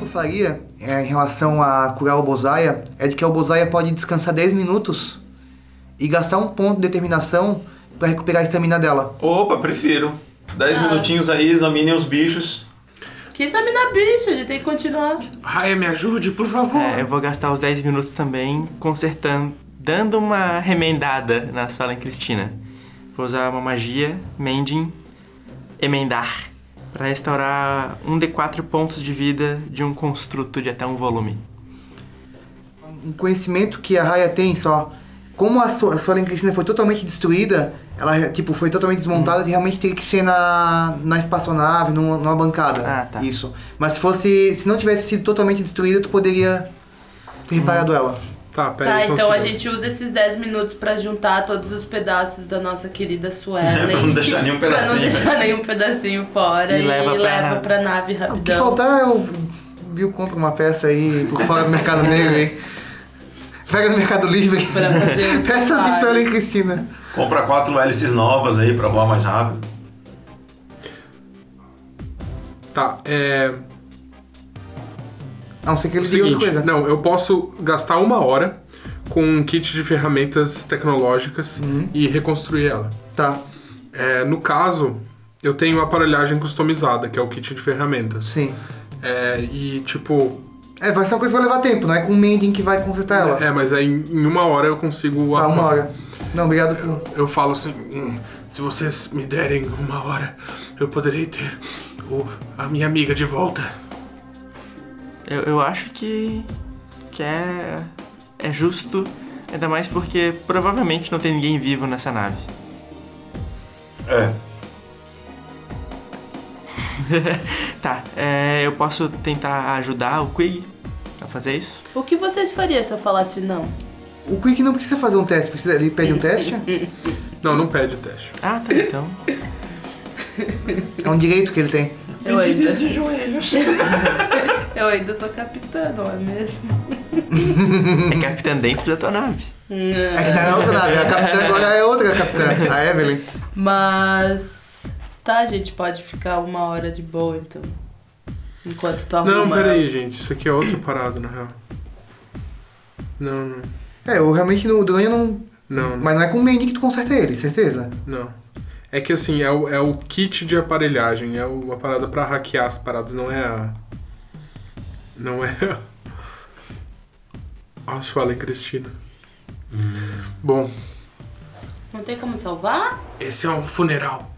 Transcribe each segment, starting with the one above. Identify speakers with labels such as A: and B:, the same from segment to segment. A: eu faria é, em relação a curar o Bozaia é de que o Bozaia pode descansar 10 minutos e gastar um ponto de determinação para recuperar a estamina dela.
B: Opa, prefiro. 10
C: Ah.
B: minutinhos aí, examinem os bichos.
C: Que examinar bicho, ele tem que continuar.
D: Raia, me ajude, por favor.
E: É, eu vou gastar os 10 minutos também consertando, dando uma remendada na sala em Cristina. Vou usar uma magia, mending, emendar, pra restaurar um de 4 pontos de vida de um construto de até um volume.
A: Um conhecimento que a Raya tem só. Como a sua, a sua Cristina foi totalmente destruída, ela tipo, foi totalmente
E: Hum.
A: desmontada e realmente teria que ser na, na espaçonave, numa, numa bancada.
E: Ah, tá.
A: Isso. Mas se fosse. Se não tivesse sido totalmente destruída, tu poderia ter
E: Hum.
A: reparado ela.
D: Tá, pera
C: Tá,
D: aí, só um
C: então a
D: segundo.
C: gente usa esses 10 minutos pra juntar todos os pedaços da nossa querida Suelen.
B: É, pra não deixar nenhum
C: Pra
B: pedacinho.
C: não deixar nenhum pedacinho fora.
E: E
C: E,
E: leva
C: leva,
E: pra nave.
C: pra nave
A: O que
C: rapidão.
A: faltar eu. Bill compra uma peça aí por fora do Mercado Negro, hein? Pega no Mercado Livre.
C: Pra fazer os
A: Peças de
C: comentários.
A: Suelen Cristina.
B: Compra quatro hélices novas aí pra voar mais rápido.
D: Tá, é.
A: A não ser que ele diga outra
D: Seguinte,
A: coisa.
D: não, eu posso gastar uma hora com um kit de ferramentas tecnológicas e reconstruir ela.
A: Tá,
D: É, no caso, eu tenho aparelhagem customizada, que é o kit de ferramentas.
A: sim.
D: É, e tipo,
A: É, vai ser uma coisa que vai levar tempo, não é com o Mending que vai consertar ela.
D: é, mas aí em uma hora eu consigo.
A: tá, uma
D: arrumar.
A: hora. Não, obrigado por.
D: Eu falo assim: "Hum, se vocês me derem uma hora, eu poderei ter o- a minha amiga de volta.
E: Eu, eu acho que, que é, é justo, ainda mais porque provavelmente não tem ninguém vivo nessa nave.
B: É.
E: Tá, é, eu posso tentar ajudar o Quig a fazer isso?
C: O que vocês fariam se eu falasse não?
A: O Quick não precisa fazer um teste, precisa. Ele pede um teste?
D: Não, não pede teste.
E: Ah, tá, então.
A: É um direito que ele tem.
C: Eu ainda,
B: de joelhos.
C: eu ainda sou capitã, não é mesmo?
E: É capitã dentro da tua nave.
A: É que tá na outra nave, a capitã agora é outra capitã, a Evelyn.
C: Mas. Tá, a gente pode ficar uma hora de boa então. Enquanto tu arruma.
D: Não, peraí, gente. Isso aqui é outra parada, na real. Não, não.
A: É, eu realmente não. O Duranha não.
D: Não,
A: Mas não é com o Mending que tu conserta ele, certeza?
D: não. É que assim, é o, é o kit de aparelhagem, é o- a parada pra hackear as paradas, não é a. Não é a. A Suelen Cristina. Bom,
C: Não tem como salvar?
D: esse é um funeral.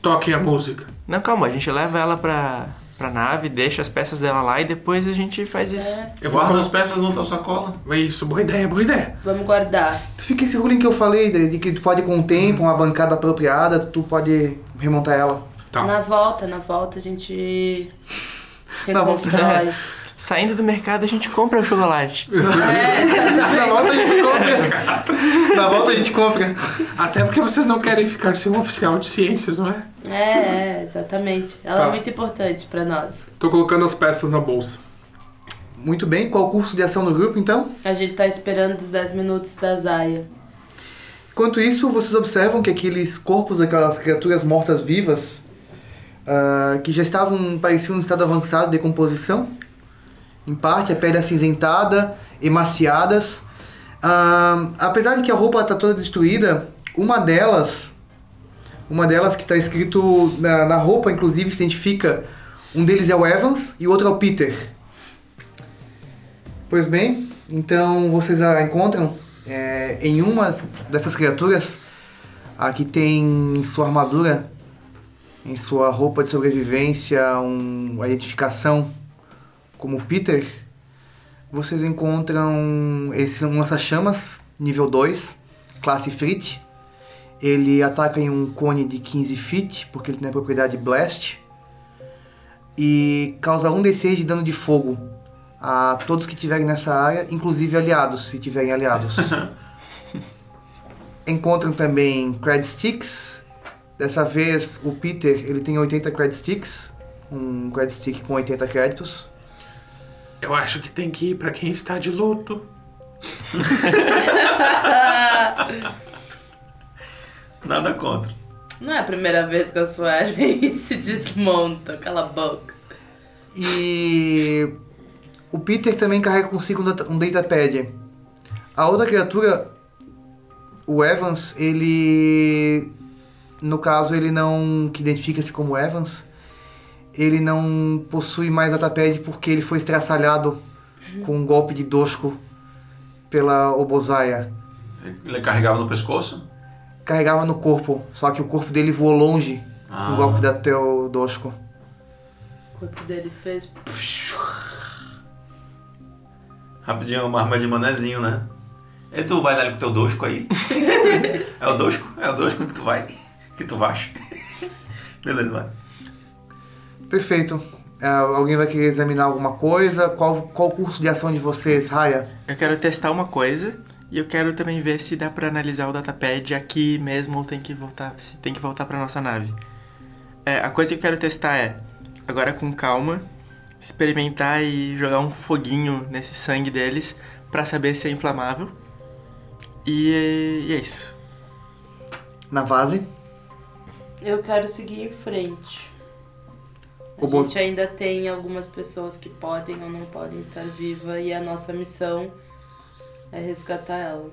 D: Toquem a música.
E: Não, calma, a gente leva ela pra, pra nave, deixa as peças dela lá e depois a gente faz isso.
C: É,
D: Eu vou.
B: Guarda as peças na tua sacola.
D: com- Isso, boa ideia, boa ideia.
C: vamos guardar.
A: Tu fica esse ruling que eu falei, de, de que tu pode com o tempo, uma bancada apropriada, tu pode remontar ela.
D: Tá.
C: Na volta, na volta a gente
A: Na volta.
C: reconstrói.
E: Saindo do mercado, a gente compra o chocolate.
C: é,
A: Na
C: exatamente.
A: volta a gente compra. Na volta a gente compra.
D: Até porque vocês não querem ficar sem um oficial de ciências, não é?
C: É, é, exatamente. Ela
D: Tá.
C: é muito importante pra nós.
D: Tô colocando as peças na bolsa.
A: Muito bem, qual o curso de ação do grupo então?
C: A gente tá esperando os 10 minutos da Zaya.
A: Enquanto isso, vocês observam que aqueles corpos daquelas criaturas mortas-vivas, ah, que já estavam, pareciam em estado avançado de decomposição, em parte a pele acinzentada, emaciadas. Ah, apesar de que a roupa está toda destruída, uma delas, uma delas que está escrito na, na roupa, inclusive, se identifica, um deles é o Evans e o outro é o Peter. Pois bem, então vocês a encontram é, em uma dessas criaturas, a que tem em sua armadura, em sua roupa de sobrevivência, um, a identificação como Peter. Vocês encontram esse um lança-chamas, nível 2, classe Frit. Ele ataca em um cone de 15 feet, porque ele tem a propriedade Blast. E causa 1d6 de dano de fogo a todos que estiverem nessa área, inclusive aliados, se tiverem aliados. Encontram também cred sticks. Dessa vez o Peter ele tem 80 cred sticks, um cred stick com 80 créditos.
D: Eu acho que tem que ir pra quem está de luto.
B: Nada contra.
C: Não é a primeira vez que a Suelen se desmonta, cala a boca.
A: E o Peter também carrega consigo um data- um datapad. A outra criatura, o Evans, ele. No caso, ele não. que identifica-se como Evans. Ele não possui mais datapad porque ele foi estraçalhado com um golpe de dosco pela Obozaia.
B: Ele carregava no pescoço?
A: Carregava no corpo, só que o corpo dele voou longe com
B: Ah.
A: o golpe da Teodosco.
C: O corpo dele fez.
B: Rapidinho, uma arma de manezinho, né? E tu vai dar com o teu dosco aí? é o dosco? É o dosco que tu vai? Que tu vais? Beleza, vai.
A: Perfeito. Ah, alguém vai querer examinar alguma coisa? Qual, qual o curso de ação de vocês, Raya?
E: Eu quero testar uma coisa e eu quero também ver se dá pra analisar o datapad aqui mesmo ou tem que voltar, se tem que voltar pra nossa nave. É, a coisa que eu quero testar é, agora com calma, experimentar e jogar um foguinho nesse sangue deles pra saber se é inflamável. E, e é isso.
A: Na vase?
C: Eu quero seguir em frente. A
A: O bo-
C: gente ainda tem algumas pessoas que podem ou não podem estar viva e a nossa missão é resgatar ela.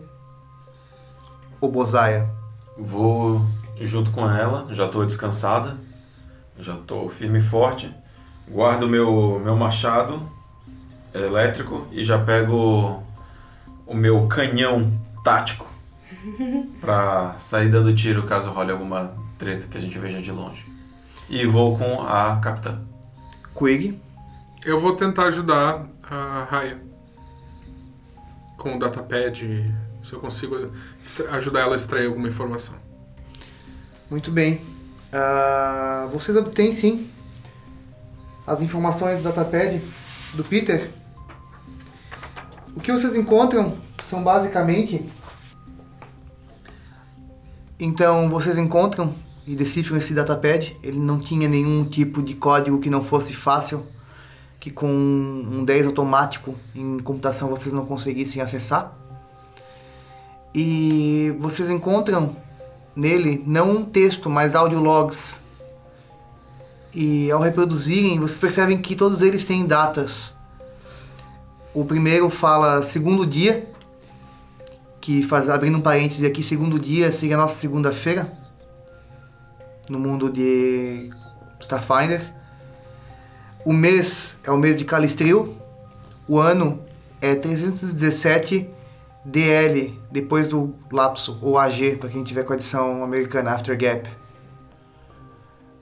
A: Ou Bozaia?
B: Vou junto com ela, já tô descansada, já tô firme e forte. Guardo meu, meu machado elétrico e já pego o meu canhão tático pra sair dando tiro caso role alguma treta que a gente veja de longe. E vou com a capitã.
A: Quig?
D: Eu vou tentar ajudar a Raya com o datapad, se eu consigo extra- ajudar ela a extrair alguma informação.
A: Muito bem. Ah, vocês obtêm, sim, as informações do datapad do Peter. O que vocês encontram são basicamente... Então, vocês encontram e decifram esse datapad. Ele não tinha nenhum tipo de código que não fosse fácil, que com um 10 automático em computação vocês não conseguissem acessar. E vocês encontram nele não um texto, mas audiologs. E ao reproduzirem, vocês percebem que todos eles têm datas. O primeiro fala segundo dia, que faz abrindo um parênteses aqui, segundo dia seria a nossa segunda-feira no mundo de Starfinder. O mês é o mês de Calistril. O ano é 317 DL, depois do lapso, ou AG, para quem tiver com a edição americana, After Gap.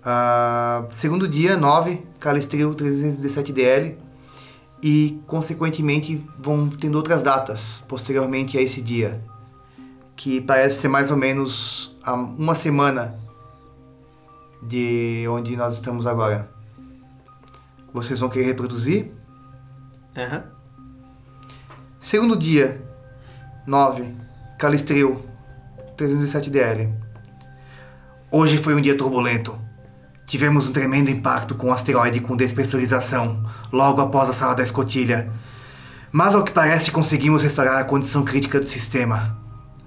A: Ah, segundo dia, 9, Calistril 317 DL. E, consequentemente, vão tendo outras datas posteriormente a esse dia. Que parece ser mais ou menos a uma semana de onde nós estamos agora. Vocês vão querer reproduzir?
E: Aham.
A: Segundo dia, 9, Calistreu, 307DL. Hoje foi um dia turbulento. Tivemos um tremendo impacto com um asteroide com despressurização, logo após a sala da escotilha. Mas ao que parece conseguimos restaurar a condição crítica do sistema.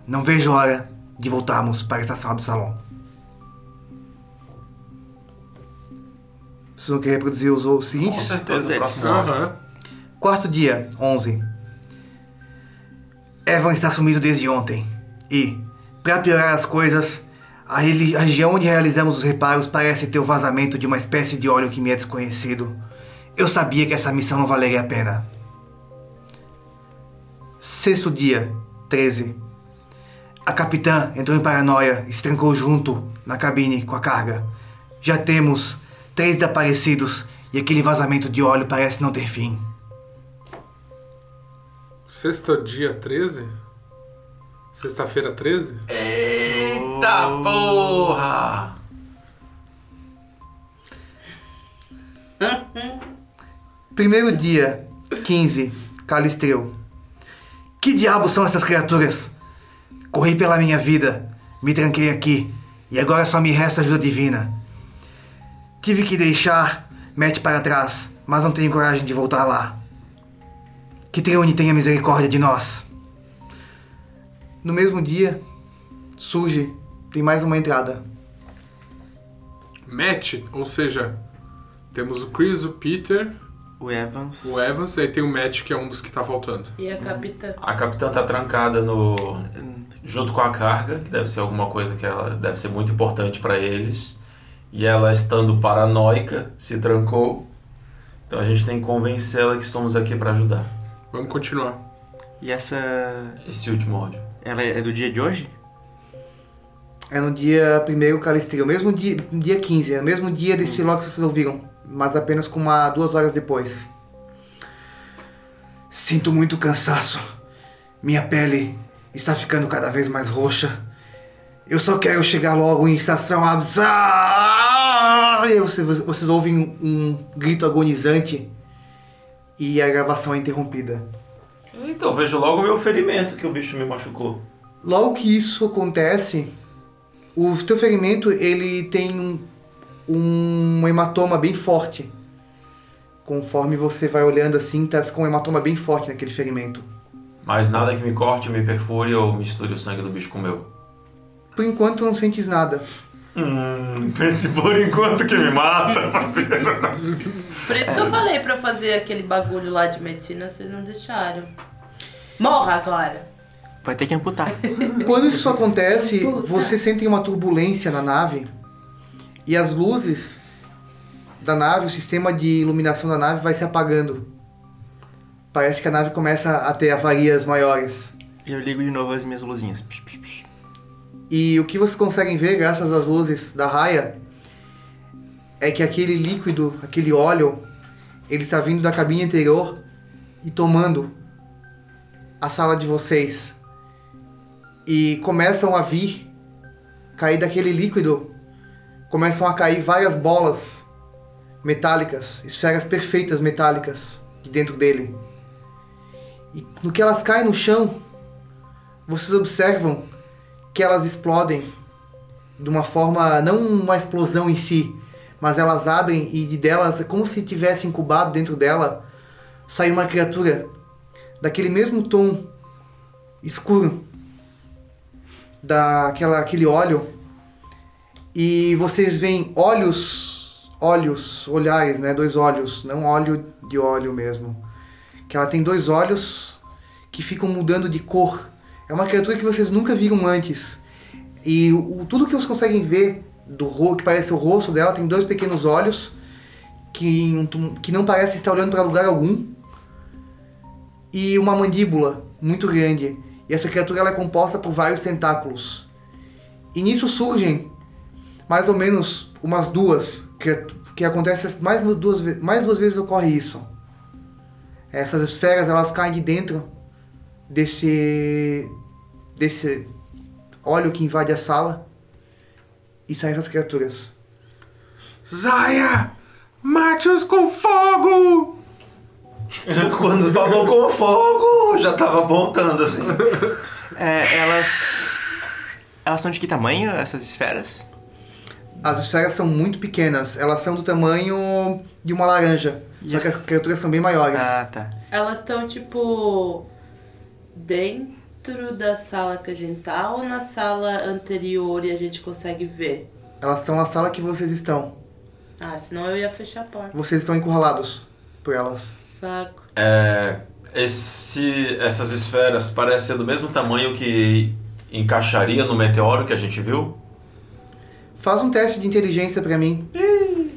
A: Não vejo hora de voltarmos para a estação Absalom. Vocês vão querer reproduzir os, os
B: Com
A: seguintes?
B: certeza,
E: eles.
B: próximo ano.
D: Aham.
A: Quarto dia, 11. Evan está sumido desde ontem. E, para piorar as coisas, a reli- a região onde realizamos os reparos parece ter o vazamento de uma espécie de óleo que me é desconhecido. Eu sabia que essa missão não valeria a pena. Sexto dia, 13. A capitã entrou em paranoia e se trancou junto na cabine com a carga. Já temos três desaparecidos e aquele vazamento de óleo parece não ter fim.
D: Sexta dia 13? Sexta-feira 13?
B: Eita porra!
A: Primeiro dia, 15, Calistreu. Que diabos são essas criaturas? Corri pela minha vida, me tranquei aqui, e agora só me resta ajuda divina. Tive que deixar Mete para trás, mas não tenho coragem de voltar lá. Que Triune tenha misericórdia de nós. No mesmo dia, surge, tem mais uma entrada.
D: Match, ou seja, Temos o Chris, o Peter,
E: O Evans.
D: o Evans, e aí tem o Matt, que é um dos que tá voltando.
C: E a capitã.
B: A capitã tá trancada no junto com a carga, que deve ser alguma coisa que ela deve ser muito importante pra eles. E ela estando paranoica, se trancou. Então a gente tem que convencê-la que estamos aqui pra ajudar.
D: Vamos continuar.
E: E essa.
B: Esse último áudio.
E: Ela é do dia de hoje?
A: É no dia 1 Calistria, o mesmo dia, dia 15, é o mesmo dia desse logo que vocês ouviram, mas apenas com uma, duas horas depois. Sinto muito cansaço. Minha pele está ficando cada vez mais roxa. Eu só quero chegar logo em estação Absa! E aí vocês, vocês ouvem um, um grito agonizante e a gravação é interrompida.
B: Então vejo logo o meu ferimento que o bicho me machucou.
A: Logo que isso acontece, o teu ferimento ele tem um, um hematoma bem forte. Conforme você vai olhando assim, tá, fica um hematoma bem forte naquele ferimento.
B: Mas nada que me corte, me perfure ou misture o sangue do bicho com o meu.
A: Por enquanto não sentes nada.
B: Hum, pense por enquanto que me mata, parceiro.
C: Por isso que eu falei pra fazer aquele bagulho lá de medicina, vocês não deixaram. Morra agora!
E: Vai ter que amputar.
A: Quando isso acontece,
C: Puta.
A: você sente uma turbulência na nave e as luzes da nave, o sistema de iluminação da nave vai se apagando. Parece que a nave começa a ter avarias maiores.
E: E eu ligo de novo as minhas luzinhas. Psh, psh, psh.
A: E o que vocês conseguem ver, graças às luzes da raia, é que aquele líquido, aquele óleo, ele está vindo da cabine anterior e tomando a sala de vocês. E começam a vir, cair daquele líquido, começam a cair várias bolas metálicas, esferas perfeitas metálicas de dentro dele. E no que elas caem no chão, vocês observam que elas explodem de uma forma, não uma explosão em si, mas elas abrem e de delas, como se tivesse incubado dentro dela, sai uma criatura daquele mesmo tom escuro daquela aquele óleo e vocês veem olhos, olhos, olhares, né, dois olhos, não óleo de óleo mesmo. Que ela tem dois olhos que ficam mudando de cor. É uma criatura que vocês nunca viram antes. E o, tudo que vocês conseguem ver do rosto, que parece o rosto dela, tem dois pequenos olhos que, em um tum- que não parece estar olhando para lugar algum. E uma mandíbula muito grande. E essa criatura ela é composta por vários tentáculos. E nisso surgem mais ou menos umas duas, que, que acontece mais duas, ve- mais duas vezes ocorre isso. Essas esferas elas caem de dentro desse desse óleo que invade a sala e saem essas criaturas.
D: Zaya! Mate-os com fogo!
B: Quando falou com fogo, já tava apontando assim.
E: É, elas. Elas são de que tamanho, essas esferas?
A: As esferas são muito pequenas, elas são do tamanho de uma laranja, só
E: Yes.
A: que as criaturas são bem maiores.
E: Ah, tá.
C: Elas estão, tipo, dentro da sala que a gente tá ou na sala anterior e a gente consegue ver?
A: Elas estão na sala que vocês estão.
C: Ah, senão eu ia fechar a porta.
A: Vocês estão encurralados por elas.
C: Saco.
B: É, esse, essas esferas parecem ser do mesmo tamanho que encaixaria no meteoro que a gente viu.
A: Faz um teste de inteligência pra mim.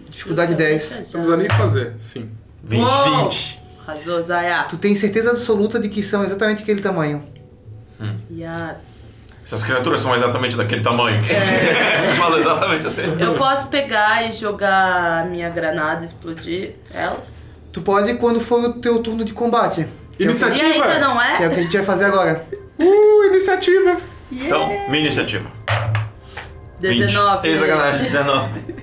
A: Dificuldade 10.
D: Não precisa nem fazer, sim.
B: 20,
C: Uou!
B: 20.
C: Arrasou, Zaya.
A: Tu tem certeza absoluta de que são exatamente aquele tamanho.
C: Yes.
B: Essas criaturas são exatamente daquele tamanho. Fala exatamente assim.
C: Eu posso pegar e jogar a minha granada e explodir elas?
A: Tu pode quando for o teu turno de combate. Que é o que-
D: Iniciativa.
C: E ainda não
A: que é o
C: é?
A: que a gente vai fazer agora.
D: Uh, iniciativa!
B: Então, minha iniciativa.
C: 19.
B: 20. Ei, sacanagem, 19.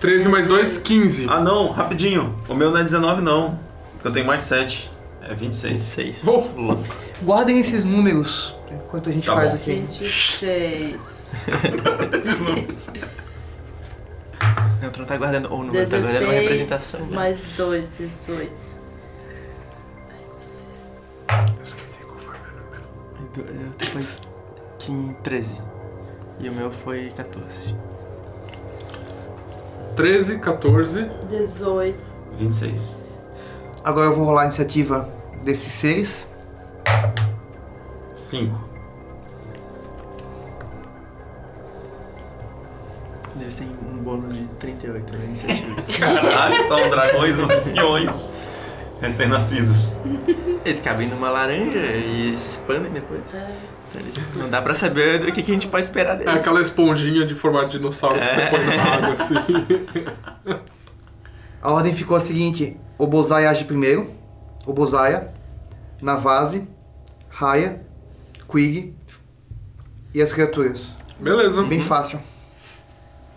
D: 13 mais 2, 15.
B: Ah, não, rapidinho. O meu não é 19, não. Porque eu tenho mais 7. É 26.
E: Seis.
D: Bom.
A: Guardem esses números enquanto a gente
B: Tá
A: faz
B: bom.
A: aqui.
C: 26.
B: Esses números.
E: Não, tu não tá guardando ou número, tá guardando uma
C: 16
E: representação. né?
C: mais 2, 18.
D: Eu esqueci qual foi o meu número.
E: Do- eu- tu Foi 15, 13. E o meu foi 14.
D: 13, 14.
C: 18.
B: 26.
A: Agora eu vou rolar a iniciativa desses seres.
B: 5.
E: Eles têm um bônus de 38 na iniciativa.
B: Caralho, são dragões anciões recém-nascidos.
E: Eles cabem numa laranja e se expandem depois. Então eles- não dá pra saber do que, que a gente pode esperar
D: É
E: deles.
D: aquela esponjinha de formato de dinossauro que você
E: É.
D: põe na água, assim.
A: A ordem ficou a seguinte: Obozai age primeiro, Obozaya, Navase, Raya, Quig e as criaturas.
D: Beleza.
B: Uhum.
A: Bem fácil.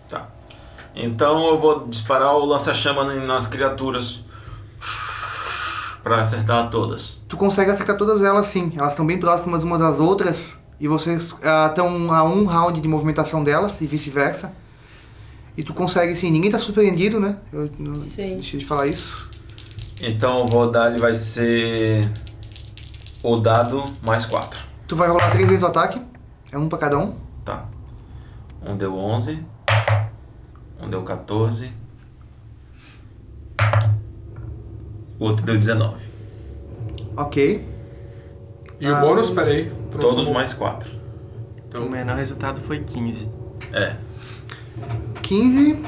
B: Tá. Então eu vou disparar o lança-chama nas criaturas pra acertar todas.
A: Tu consegue acertar todas elas sim, elas estão bem próximas umas das outras e vocês estão a um round de movimentação delas e vice-versa. E tu consegue sim, ninguém tá surpreendido, né? Eu não
C: Sim.
A: deixei de falar isso.
B: Então eu vou dar, ele vai ser o dado mais 4.
A: Tu vai rolar três vezes o ataque, é um pra cada um.
B: Tá. Um deu 11. Um deu 14. O outro deu 19.
A: Ok.
D: E o bônus, peraí.
B: Ah, Todos
D: transformou.
B: mais 4.
E: O
D: Então,
E: menor resultado foi 15.
B: É.
A: 15,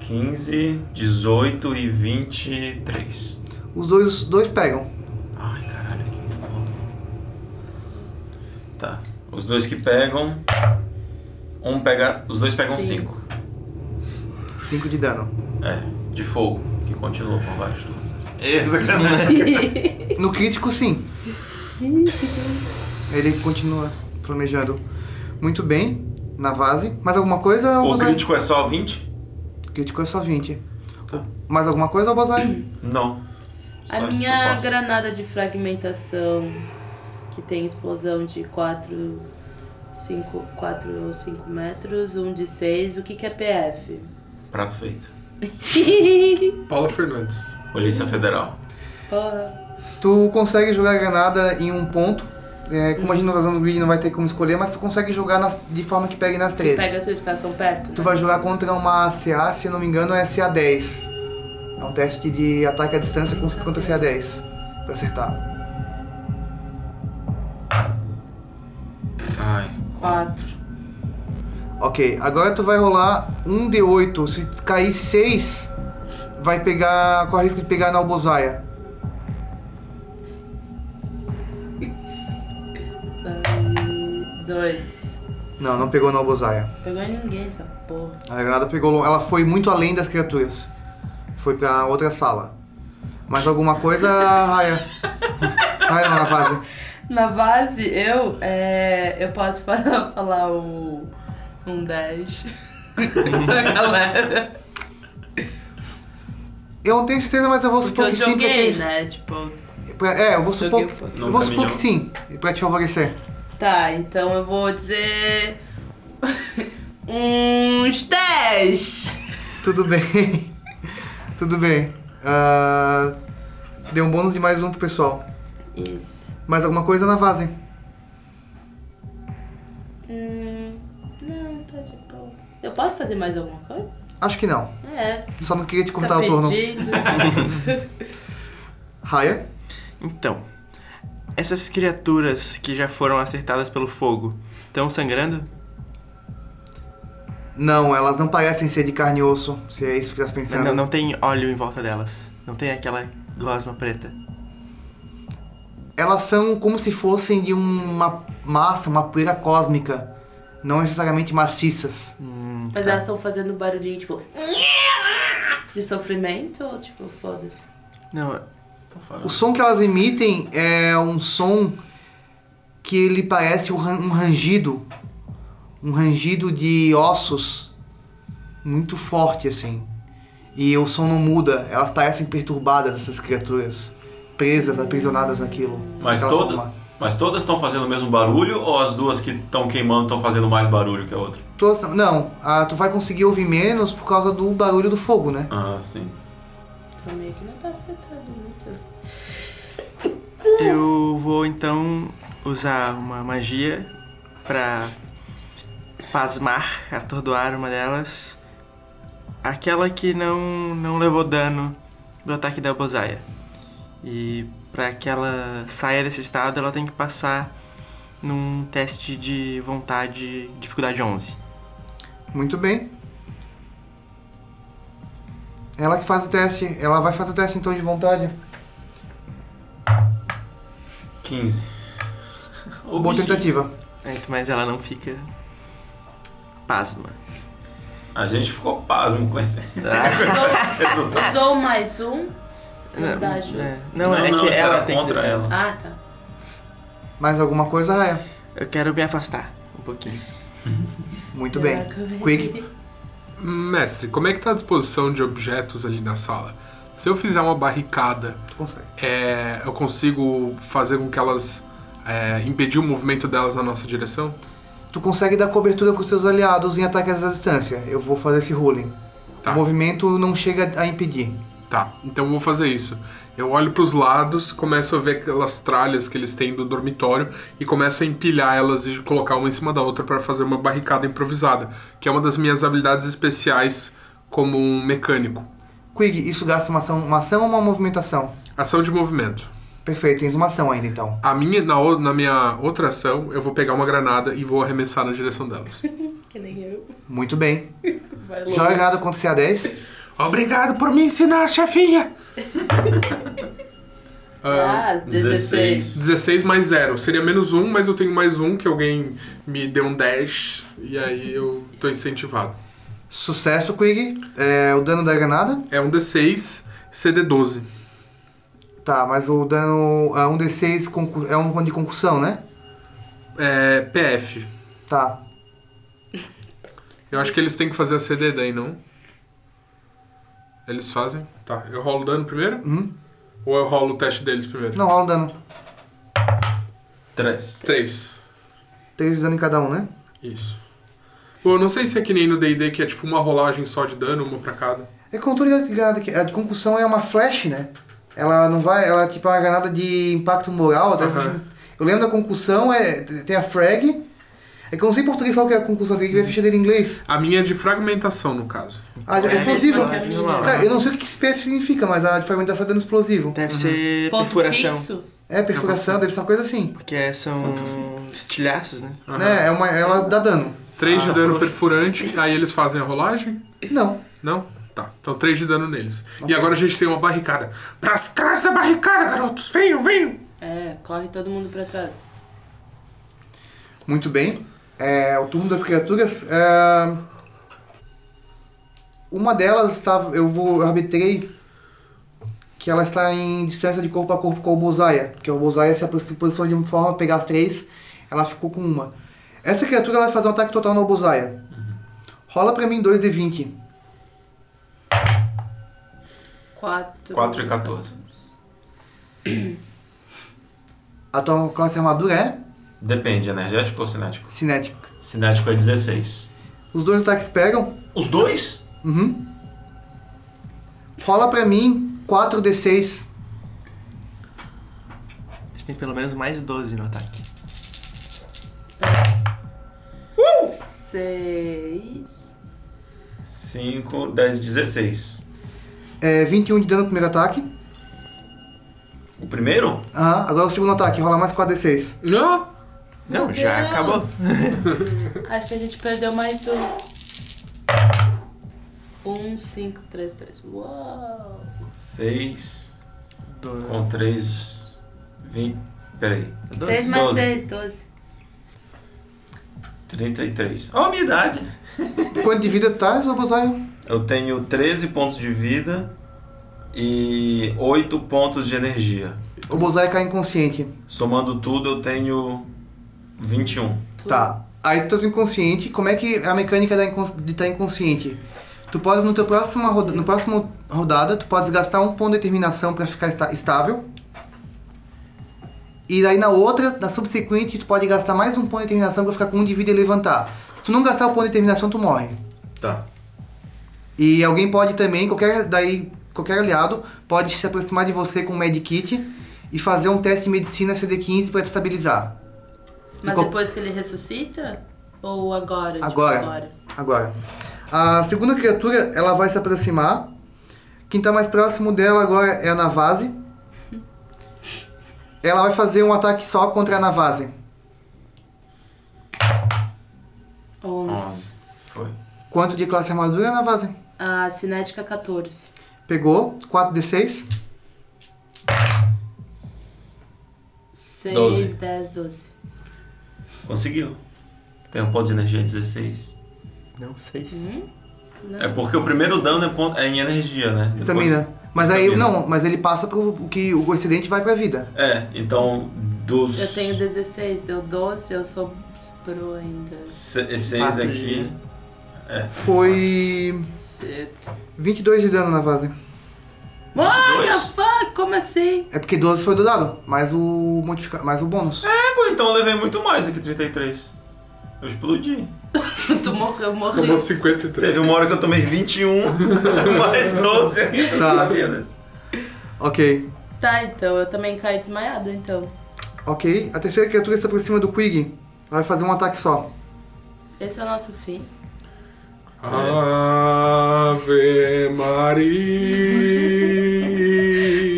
B: 15, 18 e 23.
A: os dois, os dois pegam.
B: Ai, caralho, 15 não. Tá. Os dois que pegam. Um pega. Os dois pegam
C: Sim.
B: 5.
A: 5 de dano.
B: É. De fogo. Que continuou por vários turnos. Essa grana.
A: No crítico, sim. Ele continua planejando. Muito bem, na base. Mais alguma coisa?
B: O
A: Obozai?
B: crítico é só 20?
A: Crítico é só 20. Mais alguma coisa, Obozai?
B: Não.
C: A
B: Só isso que eu
C: minha
B: posso.
C: granada de fragmentação, que tem explosão de 4, 5, 4 ou 5 metros, um de 6, o que, que é PF?
B: Prato feito.
D: Paula Fernandes.
B: Polícia Federal.
C: Porra.
A: Tu consegue jogar a granada em um ponto. É, como a gente não tá usando o grid, não vai ter como escolher, mas tu consegue jogar nas- de forma que pegue nas três.
C: Pega a certificação perto?
A: Tu vai jogar contra uma CA, se eu não me engano, é CA10. É um teste de ataque à distância com- contra CA10 pra acertar.
B: Ai.
C: né? 4.
A: Ok, agora tu vai rolar um D8. Se cair 6, vai pegar. corre risco de pegar na albozaia.
C: Sai. 2.
A: Não, não pegou na albozaia.
C: Pegou em ninguém essa porra.
A: A granada pegou. lo- Ela foi muito além das criaturas. Foi pra outra sala. Mais alguma coisa, Raya? Raya não, na fase.
C: Na base, eu, é, eu posso falar, falar o, um 10 pra galera.
A: Eu não tenho certeza, mas eu vou
C: Porque
A: supor
C: eu
A: que sim.
C: joguei,
A: porque-
C: né? Tipo,
A: pra- é, eu vou supor,
C: Joguei um pouquinho.
A: eu vou
B: Não,
A: supor que sim. Pra te favorecer.
C: tá, então eu vou dizer. uns 10!
A: Tudo bem. Tudo bem. Ah, deu um bônus de mais um pro pessoal.
C: Isso.
A: Mais alguma coisa na fase?
C: Hum, não, tá de boa. Eu posso fazer mais alguma coisa?
A: Acho que não.
C: É.
A: Só não queria te cortar
C: tá
A: o turno.
C: pedido.
A: Raya?
E: Então, essas criaturas que já foram acertadas pelo fogo estão sangrando?
A: Não, elas não parecem ser de carne e osso, se é isso que estás
E: Não,
A: pensando.
E: não, não tem óleo em volta delas. Não tem aquela gosma preta.
A: elas são como se fossem de uma massa, uma poeira cósmica, não necessariamente maciças.
E: Hum,
C: Mas
E: tá.
C: elas estão fazendo barulhinho, tipo. De sofrimento ou tipo, foda-se?
E: Não,
A: O som que elas emitem é um som que ele parece um ran- um rangido, um rangido de ossos muito forte assim. E o som não muda, elas parecem perturbadas essas criaturas, presas, aprisionadas naquilo.
B: Mas
A: naquela
B: todas?
A: forma.
B: Mas todas estão fazendo o mesmo barulho ou as duas que estão queimando estão fazendo mais barulho que a outra?
A: Todas não- não, ah, tu vai conseguir ouvir menos por causa do barulho do fogo, né?
B: Ah, sim.
C: Então meio que não tá afetado muito.
E: eu vou então usar uma magia pra pasmar, atordoar uma delas aquela que não, não levou dano do ataque da Bozaia. E para que ela saia desse estado, ela tem que passar num teste de vontade, dificuldade 11.
A: Muito bem. Ela que faz o teste. Ela vai fazer o teste então de vontade.
B: 15. Ô,
A: Boa
B: bichinho.
A: tentativa.
E: Aí, É, Mas ela não fica pasma.
B: A gente ficou pasmo com esse
C: tá, Ah,
B: resultado.
C: Usou mais um. Não dá ajuda.
E: é, não, é que
B: isso
E: ela
B: era
E: tem
B: contra
E: que...
B: ela.
C: Ah, tá.
A: Mais alguma coisa, é. Raya?
E: Eu quero me afastar um pouquinho.
A: Muito bem.
C: Caraca,
A: Quick.
D: Mestre, como é que tá a disposição de objetos ali na sala? Se eu fizer uma barricada,
A: Tu consegue.
D: é, eu consigo fazer com que elas é, impedir o movimento delas na nossa direção?
A: Tu consegue dar cobertura com seus aliados em ataques à distância. Eu vou fazer esse ruling.
D: Tá.
A: O movimento não chega a impedir.
D: Tá, então eu vou fazer isso. Eu olho pros lados, começo a ver aquelas tralhas que eles têm do dormitório e começo a empilhar elas e colocar uma em cima da outra para fazer uma barricada improvisada, que é uma das minhas habilidades especiais como um mecânico.
A: Quick, isso gasta uma ação, uma ação ou uma movimentação?
D: Ação de movimento.
A: Perfeito, tens uma ação ainda então.
D: A minha, na, o- na minha outra ação, eu vou pegar uma granada e vou arremessar na direção delas.
C: Que nem eu.
A: Muito bem.
C: Vai longe.
A: Joga nada contra CA10.
D: Obrigado por me ensinar, chefinha! Ah,
C: Ah, 16.
D: 16 mais 0. Seria menos um, mas eu tenho mais um que alguém me deu um 10 e aí eu tô incentivado.
A: Sucesso, Quick. É, o dano da granada.
D: É um D6, CD12.
A: Tá, mas o dano é um D6 concu- é um de concussão, né?
D: É PF.
A: Tá.
D: Eu acho que eles têm que fazer a CD daí, não? Eles fazem? Tá. Eu rolo o dano primeiro?
A: Uhum.
D: Ou eu rolo o teste deles primeiro?
A: Não, rola o dano.
B: 3.
D: 3.
A: 3 de dano em cada um, né?
D: Isso. Bom, eu não sei se é que nem no D&D que é tipo uma rolagem só de dano, uma pra cada.
A: É que o controle de granada, que a de concussão é uma flash, né? Ela não vai. Ela é tipo uma granada de impacto moral. tá?
D: Aham.
A: Eu lembro da concussão, é, tem a frag. É que eu não sei em português qual que é a concussão, tem que ver a ficha dele em inglês.
D: A minha é de fragmentação, no caso.
A: Ah, é
E: Então,
A: explosivo.
E: mesma que a minha.
A: Cara, eu não sei o que esse PF significa, mas a de fragmentação é dano explosivo.
E: Deve ser
C: Ponto
E: perfuração.
C: fixo?
A: É, perfuração, deve ser uma coisa assim.
E: Porque são estilhaços, né?
A: Né? É uma, ela dá dano.
D: 3 de
E: Ah,
D: dano
E: frouxo.
D: perfurante, aí eles fazem a rolagem?
A: Não.
D: Não? Tá. Então 3 de dano neles. E agora a gente tem uma barricada. Pra trás da barricada, garotos! Venham, venham!
C: É, corre todo mundo pra trás.
A: Muito bem. É, o turno das criaturas. é, Uma delas estava. Eu vou. Eu arbitrei que ela está em distância de corpo a corpo com o Bozaia. Porque o Bozaia se apro- se posicionou de uma forma, pegar as três, ela ficou com uma. Essa criatura ela vai fazer um ataque total no Bozaia. Rola pra mim 2 de 20.
C: 4.
B: 4 e 14.
A: A tua classe armadura é
B: Depende, energético ou cinético?
A: cinética.
B: Cinético é 16.
A: Os dois ataques pegam.
B: Os dois?
A: Uhum. Rola pra mim 4d6.
E: Mas tem pelo menos mais 12 no ataque.
C: 6.
B: 5, 10, 16.
A: É, 21 de dano no primeiro ataque.
B: O primeiro?
A: Aham, agora o segundo ataque, rola mais 4d6.
D: Não!
E: Não,
C: Meu
E: já
C: Deus.
E: acabou.
C: Acho que a gente perdeu mais um. 1, 5, 3, 3. Uou!
B: 6
E: Do-
B: com 3, 20. Peraí.
C: 6 mais
B: Doze.
C: 6, 12.
B: 33. Ó, a minha idade!
A: Quanto de vida tá, seu Bozaio?
B: Eu tenho 13 pontos de vida e 8 pontos de energia.
A: O Bozaio cai inconsciente.
B: Somando tudo, eu tenho 21.
A: Tá. Aí tu tá inconsciente, como é que é a mecânica da incons- de estar inconsciente? Tu pode, no teu próxima roda... no próximo rodada, tu pode gastar um ponto de determinação pra ficar esta- estável. E aí na outra, na subsequente, tu pode gastar mais um ponto de determinação pra ficar com um de vida e levantar. Se tu não gastar o ponto de determinação, tu morre.
B: Tá.
A: E alguém pode também, qualquer, daí, qualquer aliado, pode se aproximar de você com um medkit e fazer um teste de medicina CD15 para te estabilizar. E
C: Mas
A: qual-
C: depois que ele ressuscita? Ou agora? tipo,
A: Agora.
C: agora?
A: Agora. A segunda criatura, ela vai se aproximar. Quem tá mais próximo dela agora é a Navase. Ela vai fazer um ataque só contra a Navase.
C: 11.
B: Foi.
A: Quanto de classe armadura, Navase?
C: A Ah, cinética 14.
A: Pegou, 4d6.
C: 6,
B: Doze.
C: 10, 12.
B: Conseguiu. Tem um ponto de energia 16.
E: Não, seis.
C: Hum? Não.
B: É porque o primeiro dano é, ponto- é em energia, né? Depois-
A: Estamina. Mas aí,
B: Estamina.
A: não, mas ele passa pro o que o excedente vai pra vida.
B: É, então dos.
C: Eu tenho 16, deu 12, eu sou pro ainda.
B: se- Seis
E: Quatro
B: aqui.
E: de-
B: É.
A: Foi
C: Shit.
A: 22 de dano na fase.
C: What the
B: Dois?
C: fuck? Como assim?
A: É porque 12 foi do dado, mais o modifica, mais o bônus.
B: É, pô, então eu levei muito mais do que 33. Eu explodi.
C: Tu morreu, morri.
B: assim?
D: Tomou 53.
B: Teve uma hora que eu tomei 21, mais 12 ainda. eu
A: Tá.
B: Não sabia dessa.
A: Ok.
C: Tá, então, eu também caí desmaiada, então.
A: Ok. A terceira criatura se aproxima do Quig. Ela vai fazer um ataque só.
C: Esse é o nosso fim.
D: Ave Maria.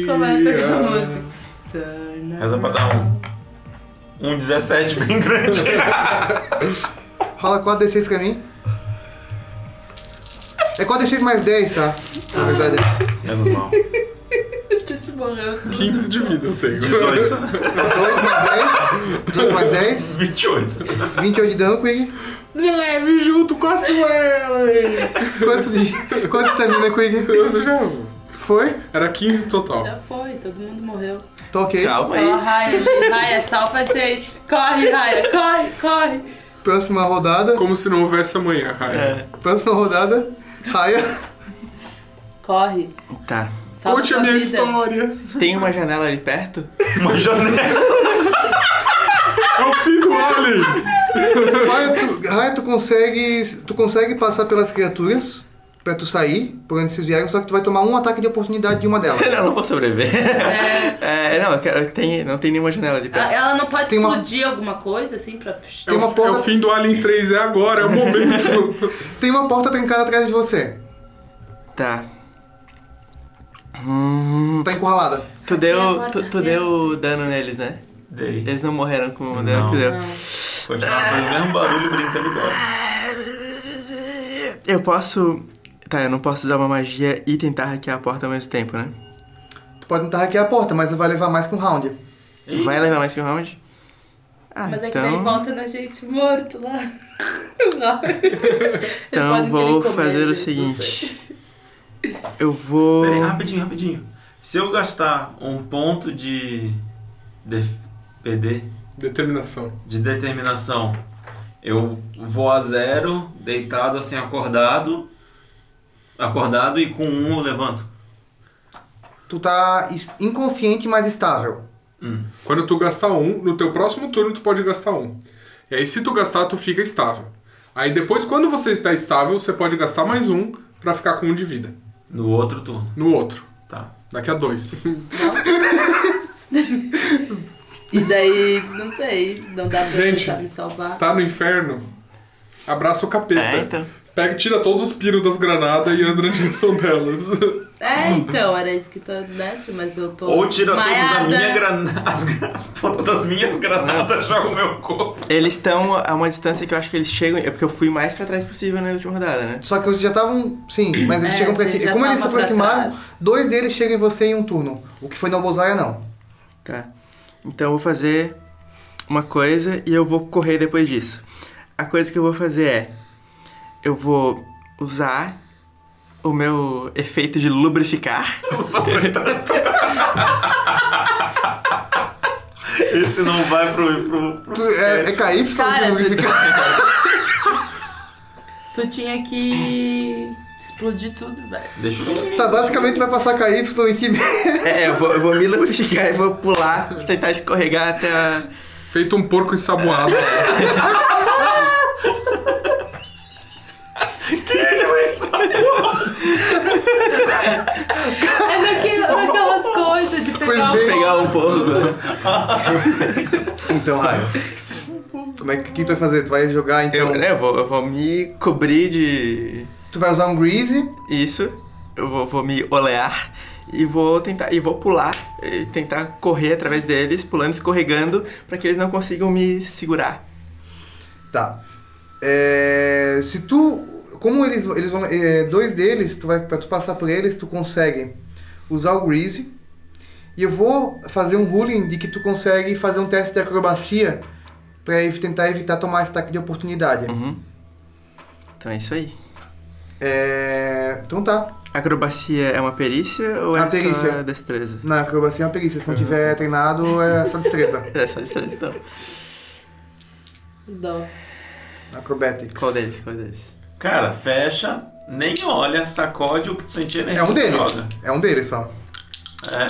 C: Começa com a é música. Turn
B: Reza pra dar um. Um 17 bem grande.
A: Rola 4d6 pra mim. É 4d6 mais 10, tá? Na verdade.
B: Menos mal. um.
C: Deixa eu te morrer.
D: 15 de vida eu tenho.
B: 18.
A: 18 mais 10. 18 mais 10.
B: 28.
A: 28 de dano, Quig.
D: Me leve junto com a Suelen.
A: Quanto de. Quanto estamina, Quig?
D: Eu já-
A: Foi?
D: Era 15 total.
C: Já foi, todo mundo morreu.
A: Tô ok.
E: Calma
C: Só a
E: aí.
C: Raya ali. Raya, salva a gente. Corre, Raya, corre, corre.
A: Próxima rodada.
D: Como se não houvesse amanhã, Raia.
E: É.
A: Próxima rodada. Raia.
C: Corre.
E: Tá.
C: Salva
D: Conte a
C: tua
D: minha
C: vida.
D: história.
E: Tem uma janela ali perto?
B: Uma janela.
D: Eu fico ali.
A: Raia, tu, Raia, tu consegue. Tu consegue passar pelas criaturas pra tu sair, por onde vocês vieram, só que tu vai tomar um ataque de oportunidade de uma delas.
E: Não, não vou sobreviver.
C: É.
E: É, não, eu quero- eu tenho- não tem nenhuma janela ali
C: Ah,
E: perto.
C: Ela não pode
A: É. Tem uma-
C: explodir alguma coisa, assim, pra...
A: Tem uma
D: É
A: porta,
D: o fim do Alien 3, é agora, é o momento.
A: tem uma porta trancada atrás de você.
C: é.
E: Tá. Hum,
A: Tá encurralada.
C: é
E: tu deu, tu, tu deu dano neles, né?
B: Dei.
E: Eles não morreram com o dano que deu.
C: Não.
B: Continuava fazendo o mesmo barulho brincando igual.
E: Eu posso. Tá, eu não posso usar uma magia e tentar hackear a porta ao mesmo tempo, né?
A: Tu pode tentar hackear a porta, mas vai levar mais que um round.
B: Ih.
E: Vai levar mais que um round? Ah,
C: Mas é que daí
E: então.
C: volta na gente morto lá.
E: então vou fazer o seguinte. Eu vou.
B: Peraí, rapidinho, rapidinho. Se eu gastar um ponto de. def- PD,
D: Determinação.
B: de determinação, eu vou a zero, deitado assim, acordado. Acordado e com um eu levanto.
A: Tu tá is- inconsciente, mas estável.
B: Hum.
D: Quando tu gastar um, no teu próximo turno tu pode gastar um. E aí se tu gastar, tu fica estável. Aí depois, quando você está estável, você pode gastar mais um pra ficar com um de vida.
B: No outro turno.
D: No outro.
B: Tá.
D: Daqui a dois.
C: E daí, não sei, não dá pra
D: Gente,
C: tentar me salvar.
D: Tá no inferno? Abraça o capeta.
E: É, então.
D: Pega, tira todos os piros das granadas e anda na direção delas.
C: É, então, era isso que tô nessa, mas eu tô
B: Ou tira todas
C: desmaiada.
B: a minha granada, as, gra- as pontas das minhas granadas, joga o meu corpo.
E: Eles estão a uma distância que eu acho que eles chegam. É porque eu fui mais pra trás possível na última rodada, né?
A: Só que vocês já estavam. Sim, mas eles
C: É,
A: chegam pra
C: a gente
A: aqui.
C: já
A: Como eles se
C: tava pra
A: aproximaram,
C: trás.
A: dois deles chegam em você em um turno. O que foi na Obozaia, não.
E: Tá. Então eu vou fazer uma coisa e eu vou correr depois disso. A coisa que eu vou fazer é. Eu vou usar o meu efeito de lubrificar.
B: Esse não vai pro. pro, pro-
A: Tu, é, é KY? você
C: Cara,
A: não
C: tu- tá-
A: fica-
C: Tu tinha que explodir tudo, velho.
B: Deixa eu.
A: Tá, basicamente vai passar KY em ti mesmo.
E: É, eu vou, eu vou me lubrificar e vou pular, tentar escorregar até a.
D: Feito um porco ensaboado.
C: É daquela- daquelas coisas de pegar
A: Pois bem.
C: o
E: pegar um pouco.
A: Então, Raio. Como é que, que tu vai fazer? Tu vai jogar então.
E: Eu, né, eu vou, eu vou me cobrir de.
A: Tu vai usar um Greasy.
E: Isso. Eu vou, vou me olear e vou tentar e vou pular, e tentar correr através deles, pulando, escorregando, pra que eles não consigam me segurar.
A: Tá. É, se tu. Como eles, eles vão. é, dois deles, tu vai, pra tu passar por eles, tu consegue usar o Greasy. E eu vou fazer um ruling de que tu consegue fazer um teste de acrobacia pra ev- tentar evitar tomar esse ataque de oportunidade.
E: Uhum. Então é isso aí.
A: É, então tá.
E: Acrobacia é uma perícia ou é
A: A perícia.
E: só destreza?
A: Na acrobacia é uma perícia. Se
E: Uhum.
A: não tiver treinado, é só destreza.
E: É só destreza, então.
C: Dó.
A: Acrobatics.
E: Qual deles? Qual deles?
B: Cara, fecha, nem olha, sacode o que tu sentia
A: É um deles.
B: Droga.
A: É um deles só.
B: É.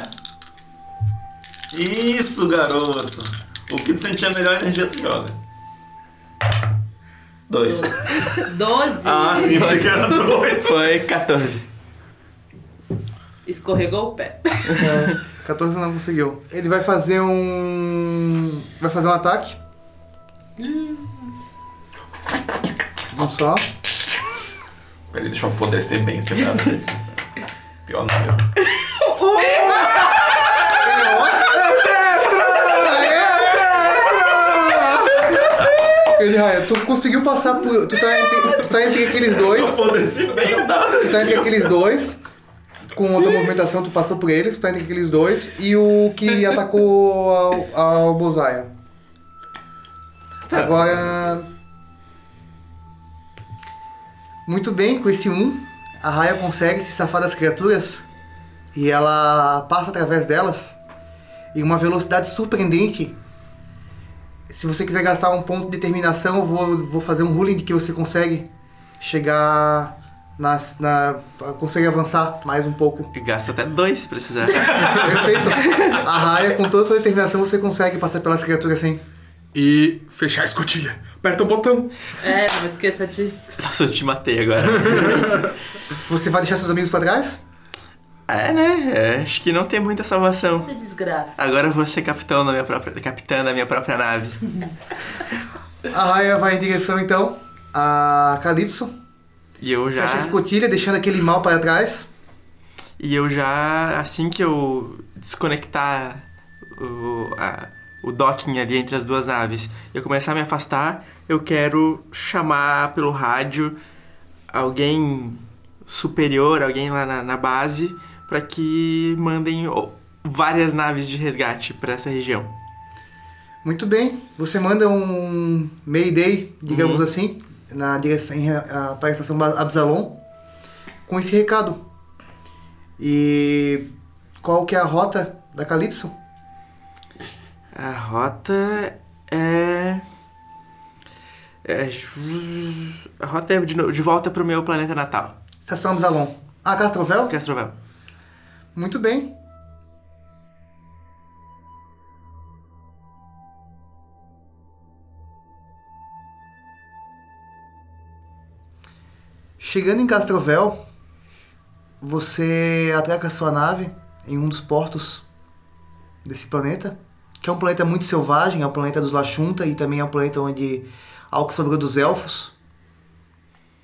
B: Isso, garoto. O que tu sentia melhor energia tu joga. Dois.
C: Doze.
B: Ah, sim, pensei que era dois.
E: Foi 14.
C: Escorregou o pé.
A: É, 14 não conseguiu. Ele vai fazer um. Vai fazer um ataque. Um só.
B: Peraí, deixa eu apodrecer bem esse cara. Pior número.
A: Ele, Raya, tu conseguiu passar por. Tu tá entre, tu tá entre aqueles
B: Eu
A: dois.
B: apodreci bem o dado.
A: Tu tá entre aqueles dois. Com outra movimentação, tu passou por eles, tu tá entre aqueles dois. E o que atacou ao, ao Bozaia. Agora. Muito bem, com esse 1, um, a Raya consegue se safar das criaturas e ela passa através delas em uma velocidade surpreendente. Se você quiser gastar um ponto de determinação, eu vou, vou fazer um ruling de que você consegue chegar nas, na. consegue avançar mais um pouco.
E: Gasta até dois se precisar.
A: Perfeito! A Raya, com toda a sua determinação, você consegue passar pelas criaturas sem.
D: E fechar a escotilha. Aperta o botão.
C: É, não esqueça disso.
E: Nossa, eu te matei agora.
A: Você vai deixar seus amigos pra trás?
E: É, né? É, acho que não tem muita salvação.
C: Puta desgraça.
E: Agora eu vou ser capitão da minha própria, capitã da minha própria nave.
A: A Raya vai em direção então a Calypso.
E: E eu já.
A: Fecha a escotilha, deixando aquele mal para trás.
E: E eu já, assim que eu desconectar o, a- o docking ali entre as duas naves, eu começar a me afastar, eu quero chamar pelo rádio alguém superior, alguém lá na, na base, para que mandem o- várias naves de resgate para essa região.
A: Muito bem, você manda um Mayday, digamos
E: Uhum.
A: assim, na direção em, a, para a estação Ba- Absalom, com esse recado. E qual que é a rota da Calypso?
E: A rota é. é... A rota é de, no- de volta pro meu planeta natal, é
A: Estação Absalom. Ah, Castrovel?
E: Castrovel.
A: Muito bem. Chegando em Castrovel, você atraca sua nave em um dos portos desse planeta, que é um planeta muito selvagem, é o planeta dos Lachunta e também é um planeta onde há o que sobrou dos elfos,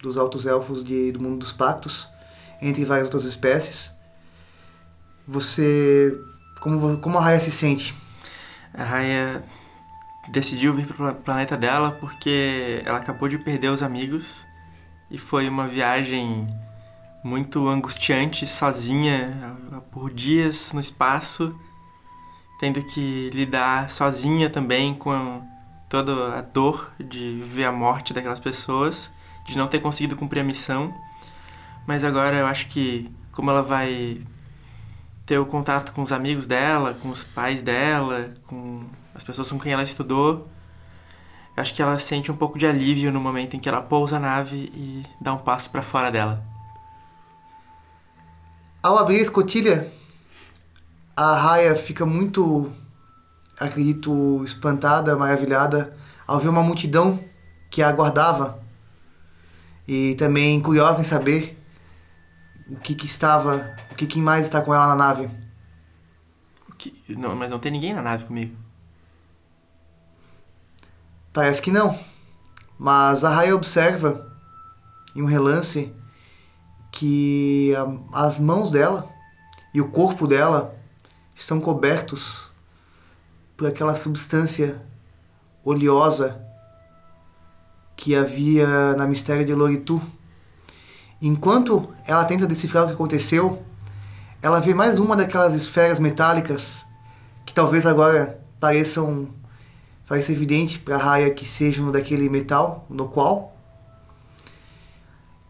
A: dos altos elfos de- do mundo dos pactos, entre várias outras espécies. Você. Como, vo- como a Raya se sente?
E: A Raya decidiu vir pro planeta dela porque ela acabou de perder os amigos e foi uma viagem muito angustiante, sozinha, por dias no espaço, tendo que lidar sozinha também com toda a dor de ver a morte daquelas pessoas, de não ter conseguido cumprir a missão. Mas agora eu acho que, como ela vai ter o contato com os amigos dela, com os pais dela, com as pessoas com quem ela estudou. Acho que ela sente um pouco de alívio no momento em que ela pousa a nave e dá um passo pra fora dela.
A: Ao abrir a escotilha, a Raya fica muito, acredito, espantada, maravilhada, ao ver uma multidão que a aguardava e também curiosa em saber o que, que estava, o que, que mais está com ela na nave.
E: O que- não, mas não tem ninguém na nave comigo.
A: Parece que não. Mas a Raya observa, em um relance, que a- as mãos dela e o corpo dela estão cobertos por aquela substância oleosa que havia na mistério de Loritu. Enquanto ela tenta decifrar o que aconteceu, ela vê mais uma daquelas esferas metálicas que talvez agora pareçam pareça evidente para a raia que sejam daquele metal no qual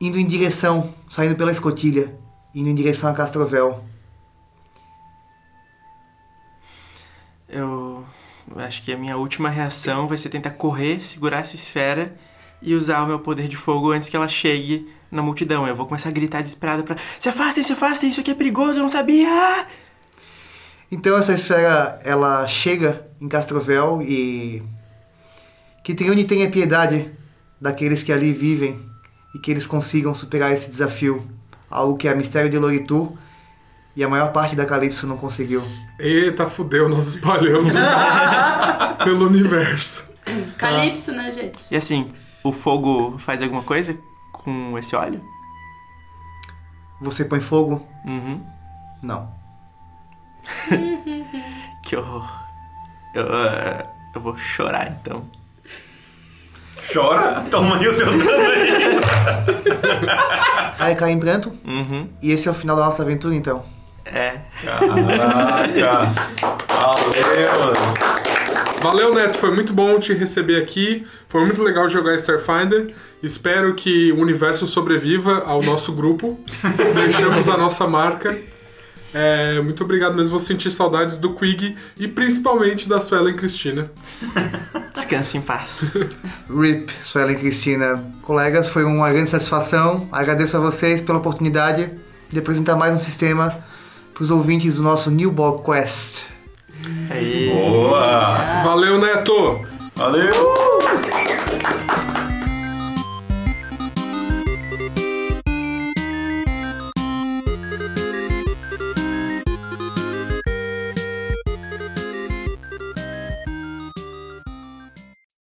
A: indo em direção, saindo pela escotilha, indo em direção a Castrovel.
E: Eu acho que a minha última reação vai ser tentar correr, segurar essa esfera e usar o meu poder de fogo antes que ela chegue na multidão. Eu vou começar a gritar desesperada pra... Se afastem, se afastem, isso aqui é perigoso, eu não sabia!
A: Então essa esfera ela chega em Castrovel e que Triune tenha piedade daqueles que ali vivem e que eles consigam superar esse desafio, algo que a Mistério de Loritu e a maior parte da Calypso não conseguiu.
D: Eita, fudeu, nós espalhamos o- pelo universo.
C: Calypso, né, gente?
E: E assim, o fogo faz alguma coisa com esse óleo?
A: Você põe fogo?
E: Uhum.
A: Não.
E: Que horror. Eu, ah, eu vou chorar então.
B: Chora, toma aí o teu dano aí.
A: Aí cai em pranto
E: Uhum.
A: e esse é o final da nossa aventura então.
E: É.
B: Caraca. Valeu, mano.
D: Valeu, Neto, foi muito bom te receber aqui. Foi muito legal jogar Starfinder. Espero que o universo sobreviva ao nosso grupo. Deixamos a nossa marca. É, muito obrigado mesmo, vou sentir saudades do Quig e principalmente da Suelen Cristina.
E: Descanse em paz.
A: RIP, Suelen e Cristina. Colegas, foi uma grande satisfação. Agradeço a vocês pela oportunidade de apresentar mais um sistema para os ouvintes do nosso Newborn Quest.
E: Aí.
B: Boa.
D: Valeu, Neto!
B: Valeu.